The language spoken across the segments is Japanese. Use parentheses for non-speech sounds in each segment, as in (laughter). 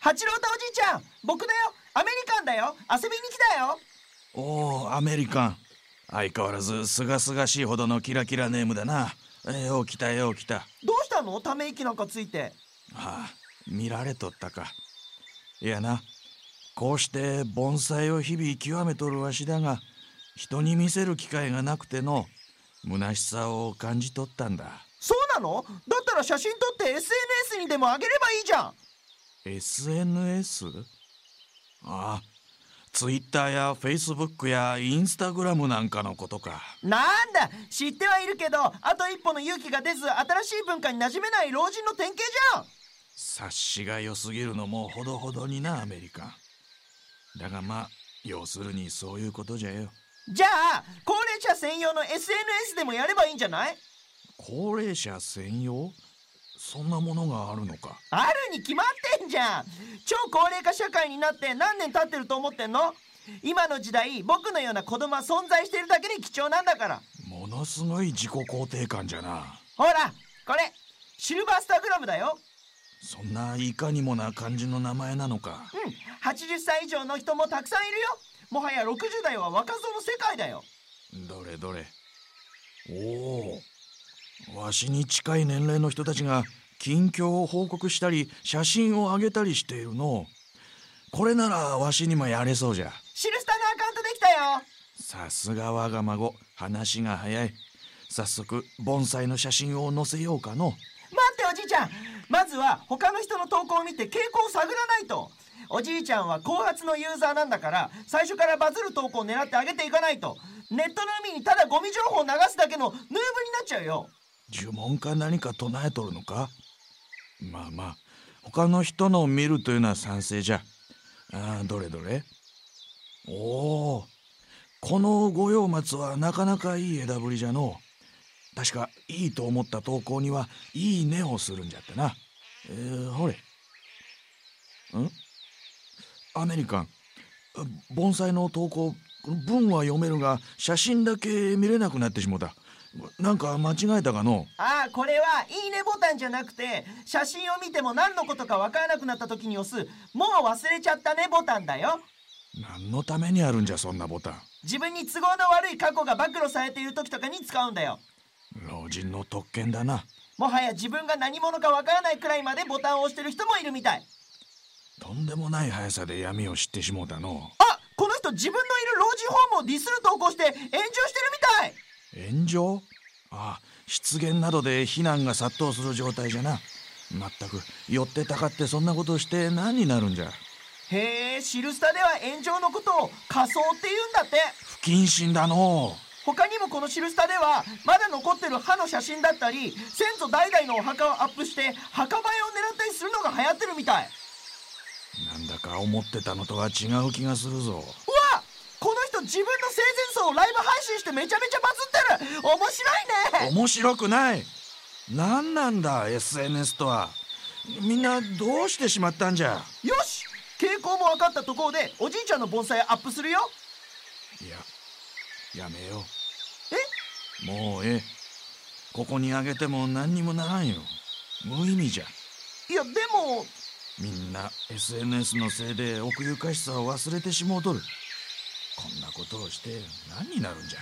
八郎太おじいちゃん僕だよアメリカンだよ遊びに来たよおおアメリカン相変わらずすがすがしいほどのキラキラネームだなえーよう来たよう来たどうしたのため息なんかついてはあ見られとったかいやなこうして盆栽を日々極めとるわしだが人に見せる機会がなくての虚しさを感じとったんだそうなのだったら写真撮って SNS にでもあげればいいじゃん SNS? ああツイッターやフェイスブックやインスタグラムなんかのことかなんだ知ってはいるけどあと一歩の勇気が出ず新しい文化に馴染めない老人の典型じゃん察しが良すぎるのもほどほどになアメリカンだがまあ要するにそういうことじゃよじゃあ高齢者専用の SNS でもやればいいんじゃない高齢者専用そんなものがあるのかあるに決まってんじゃん超高齢化社会になって何年経ってると思ってんの今の時代僕のような子供は存在しているだけで貴重なんだからものすごい自己肯定感じゃなほらこれシルバースタグラムだよそんないかにもな感じの名前なのかうん80歳以上の人もたくさんいるよもはや60代は若造の世界だよどれどれおおわしに近い年齢の人たちが近況を報告したり写真を上げたりしているのうこれならわしにもやれそうじゃシルスタのアカウントできたよさすが我が孫話が早い早速盆栽の写真を載せようかの待っておじいちゃんまずは他の人の投稿を見て傾向を探らないとおじいちゃんは後発のユーザーなんだから最初からバズる投稿を狙ってあげていかないとネットの海にただゴミ情報を流すだけのヌーブになっちゃうよ呪文か何か唱えとるのかまあまあ他の人のを見るというのは賛成じゃあーどれどれおおこの御用松はなかなかいい枝ぶりじゃのう確かいいと思った投稿には「いいね」をするんじゃってなえー、ほれんアメリカン盆栽の投稿文は読めるが写真だけ見れなくなってしもたなんか間違えたかのうああこれは「いいね」ボタンじゃなくて写真を見ても何のことかわからなくなった時に押す「もう忘れちゃったね」ボタンだよ何のためにあるんじゃそんなボタン自分に都合の悪い過去が暴露されている時とかに使うんだよ老人の特権だなもはや自分が何者かわからないくらいまでボタンを押してる人もいるみたいとんでもない速さで闇を知ってしもうたのあこの人自分のいる老人ホームをディスる投稿して炎上してるみたい炎上ああ失言などで非難が殺到する状態じゃなまったく寄ってたかってそんなことして何になるんじゃへえシルスタでは炎上のことを仮想って言うんだって不謹慎だの他にもこのシルスタではまだ残ってる歯の写真だったり先祖代々のお墓をアップして墓映えを狙ったりするのが流行ってるみたいなんだか思ってたのとは違う気がするうぞわこの人自分の生前葬をライブ配信してめちゃめちゃバズってる面白いね (laughs) 面白くない何なんだ SNS とはみんなどうしてしまったんじゃよし傾向も分かったところでおじいちゃんの盆栽アップするよいややめようえもうええここにあげても何にもならんよ無意味じゃいやでもみんな SNS のせいで奥ゆかしさを忘れてしもうとるこんなことをして何になるんじゃ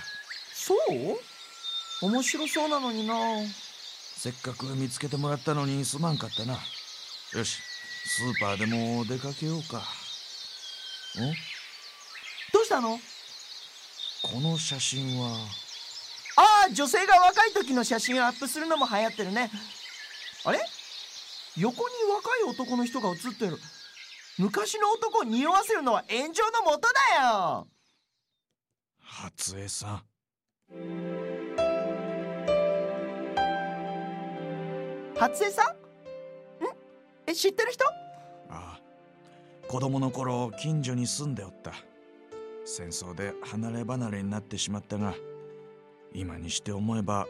そう面白そうなのになせっかく見つけてもらったのにすまんかったなよしスーパーでも出かけようかんどうしたのこの写真はああ女性が若い時の写真をアップするのも流行ってるねあれ横に若い男の人が写ってる昔の男を匂わせるのは炎上の元だよ初江さん初江さんんえ知ってる人ああ子供の頃近所に住んでおった戦争で離れ離れになってしまったが今にして思えば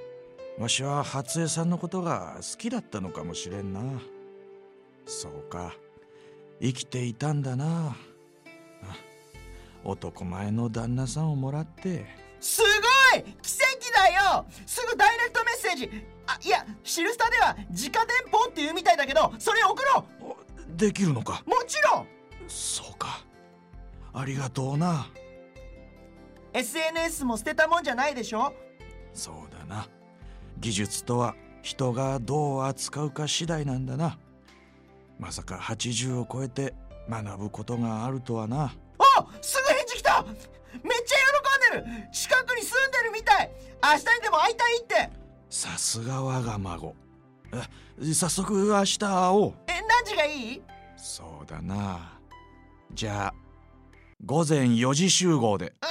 わしは初江さんのことが好きだったのかもしれんなそうか生きていたんだなあ男前の旦那さんをもらってすごい奇跡だよすぐダイレクトメッセージあいやシルスタでは直電報っていうみたいだけどそれ送ろうおできるのかもちろんそうかありがとうな SNS も捨てたもんじゃないでしょそうだな技術とは人がどう扱うか次第なんだなまさか80を超えて学ぶことがあるとはなあすぐ返事来ためっちゃ喜んでる近くに住んでるみたい明日にでも会いたいってさすが我が孫え早速明日会おうえ何時がいいそうだなじゃあ午前4時集合であ